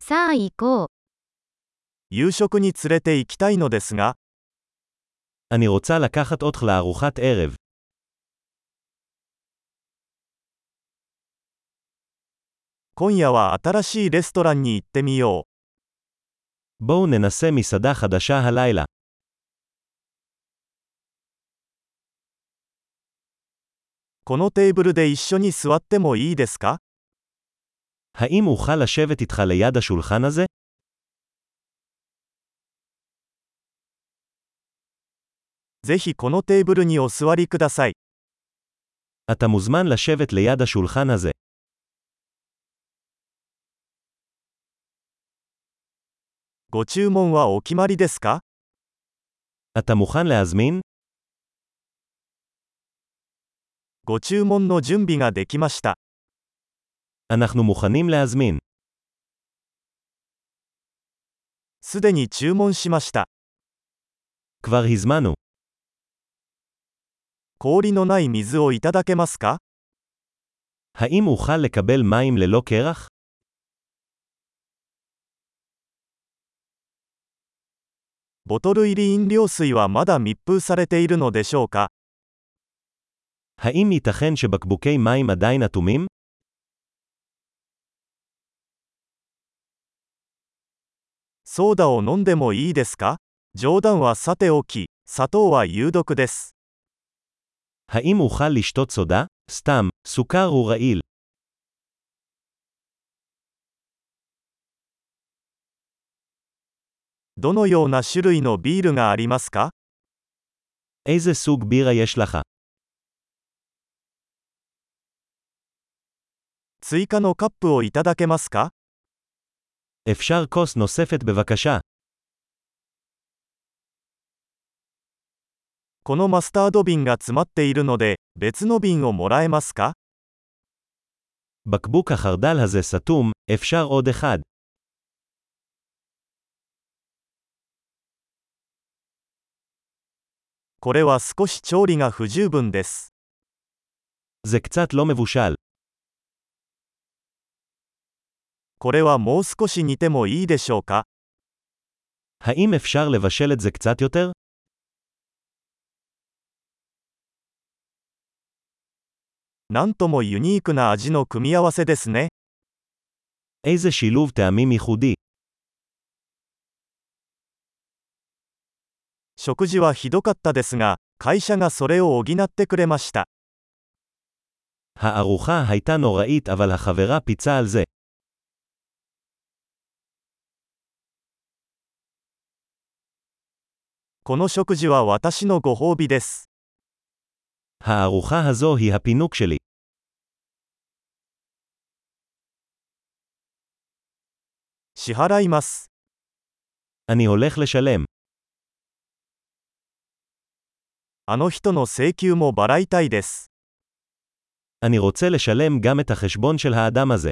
さあ行こう。夕食に連れて行きたいのですが、 אני רוצה לקחת אותך לארוחת ערב. 今夜は新しいレストランに行ってみよう。 בואו ננסה מסעדה חדשה הלילה. このテーブルで一緒に座ってもいいですか האם אוכל לשבת איתך ליד השולחן הזה? ぜひこのテーブルにお座りください。 אתה מוזמן לשבת ליד השולחן הזה. ご注文はお決まりですか אתה מוכן להזמין? ご注文の準備ができました。 אנחנו מוכנים להזמין. すでに注文しました。 כבר הזמנו. 氷のない水をいただけますか האם אוכל לקבל מים ללא קרח? ボトル入り飲料水はまだ密封されているのでしょうか האם ייתכן שבקבוקי מים עדיין אטומים? ソーダを飲んでもいいですか冗談はさておき、砂糖は有毒です。 האם אוכל לשתות סודה? סתם, סוכר הוא רעיל. どのような種類のビールがありますか איזה סוג בירה יש לך? 追加のカップをいただけますか אפשר כוס נוספת בבקשה. このマスタード瓶が詰まっているので、別の瓶をもらえますか בקבוק החרדל הזה סתום, אפשר עוד אחד. これは少し調理が不十分です。 זה קצת לא מבושל. これはもう少し煮てもいいでしょうか האם אפשר לבשל את זה קצת יותר? なんともユニークな味の組み合わせですね。 איזה שילוב טעמים ייחודי. 食事はひどかったですが、会社がそれを補ってくれました。 הארוחה הייתה נוראית אבל החברה פיצה על זה. この食事は私のご褒美です。 הארוחה הזו היא הפינוק שלי. 支払います。 אני הולך לשלם. あの人の請求も払いたいです。 אני רוצה לשלם גם את החשבון של האדם הזה.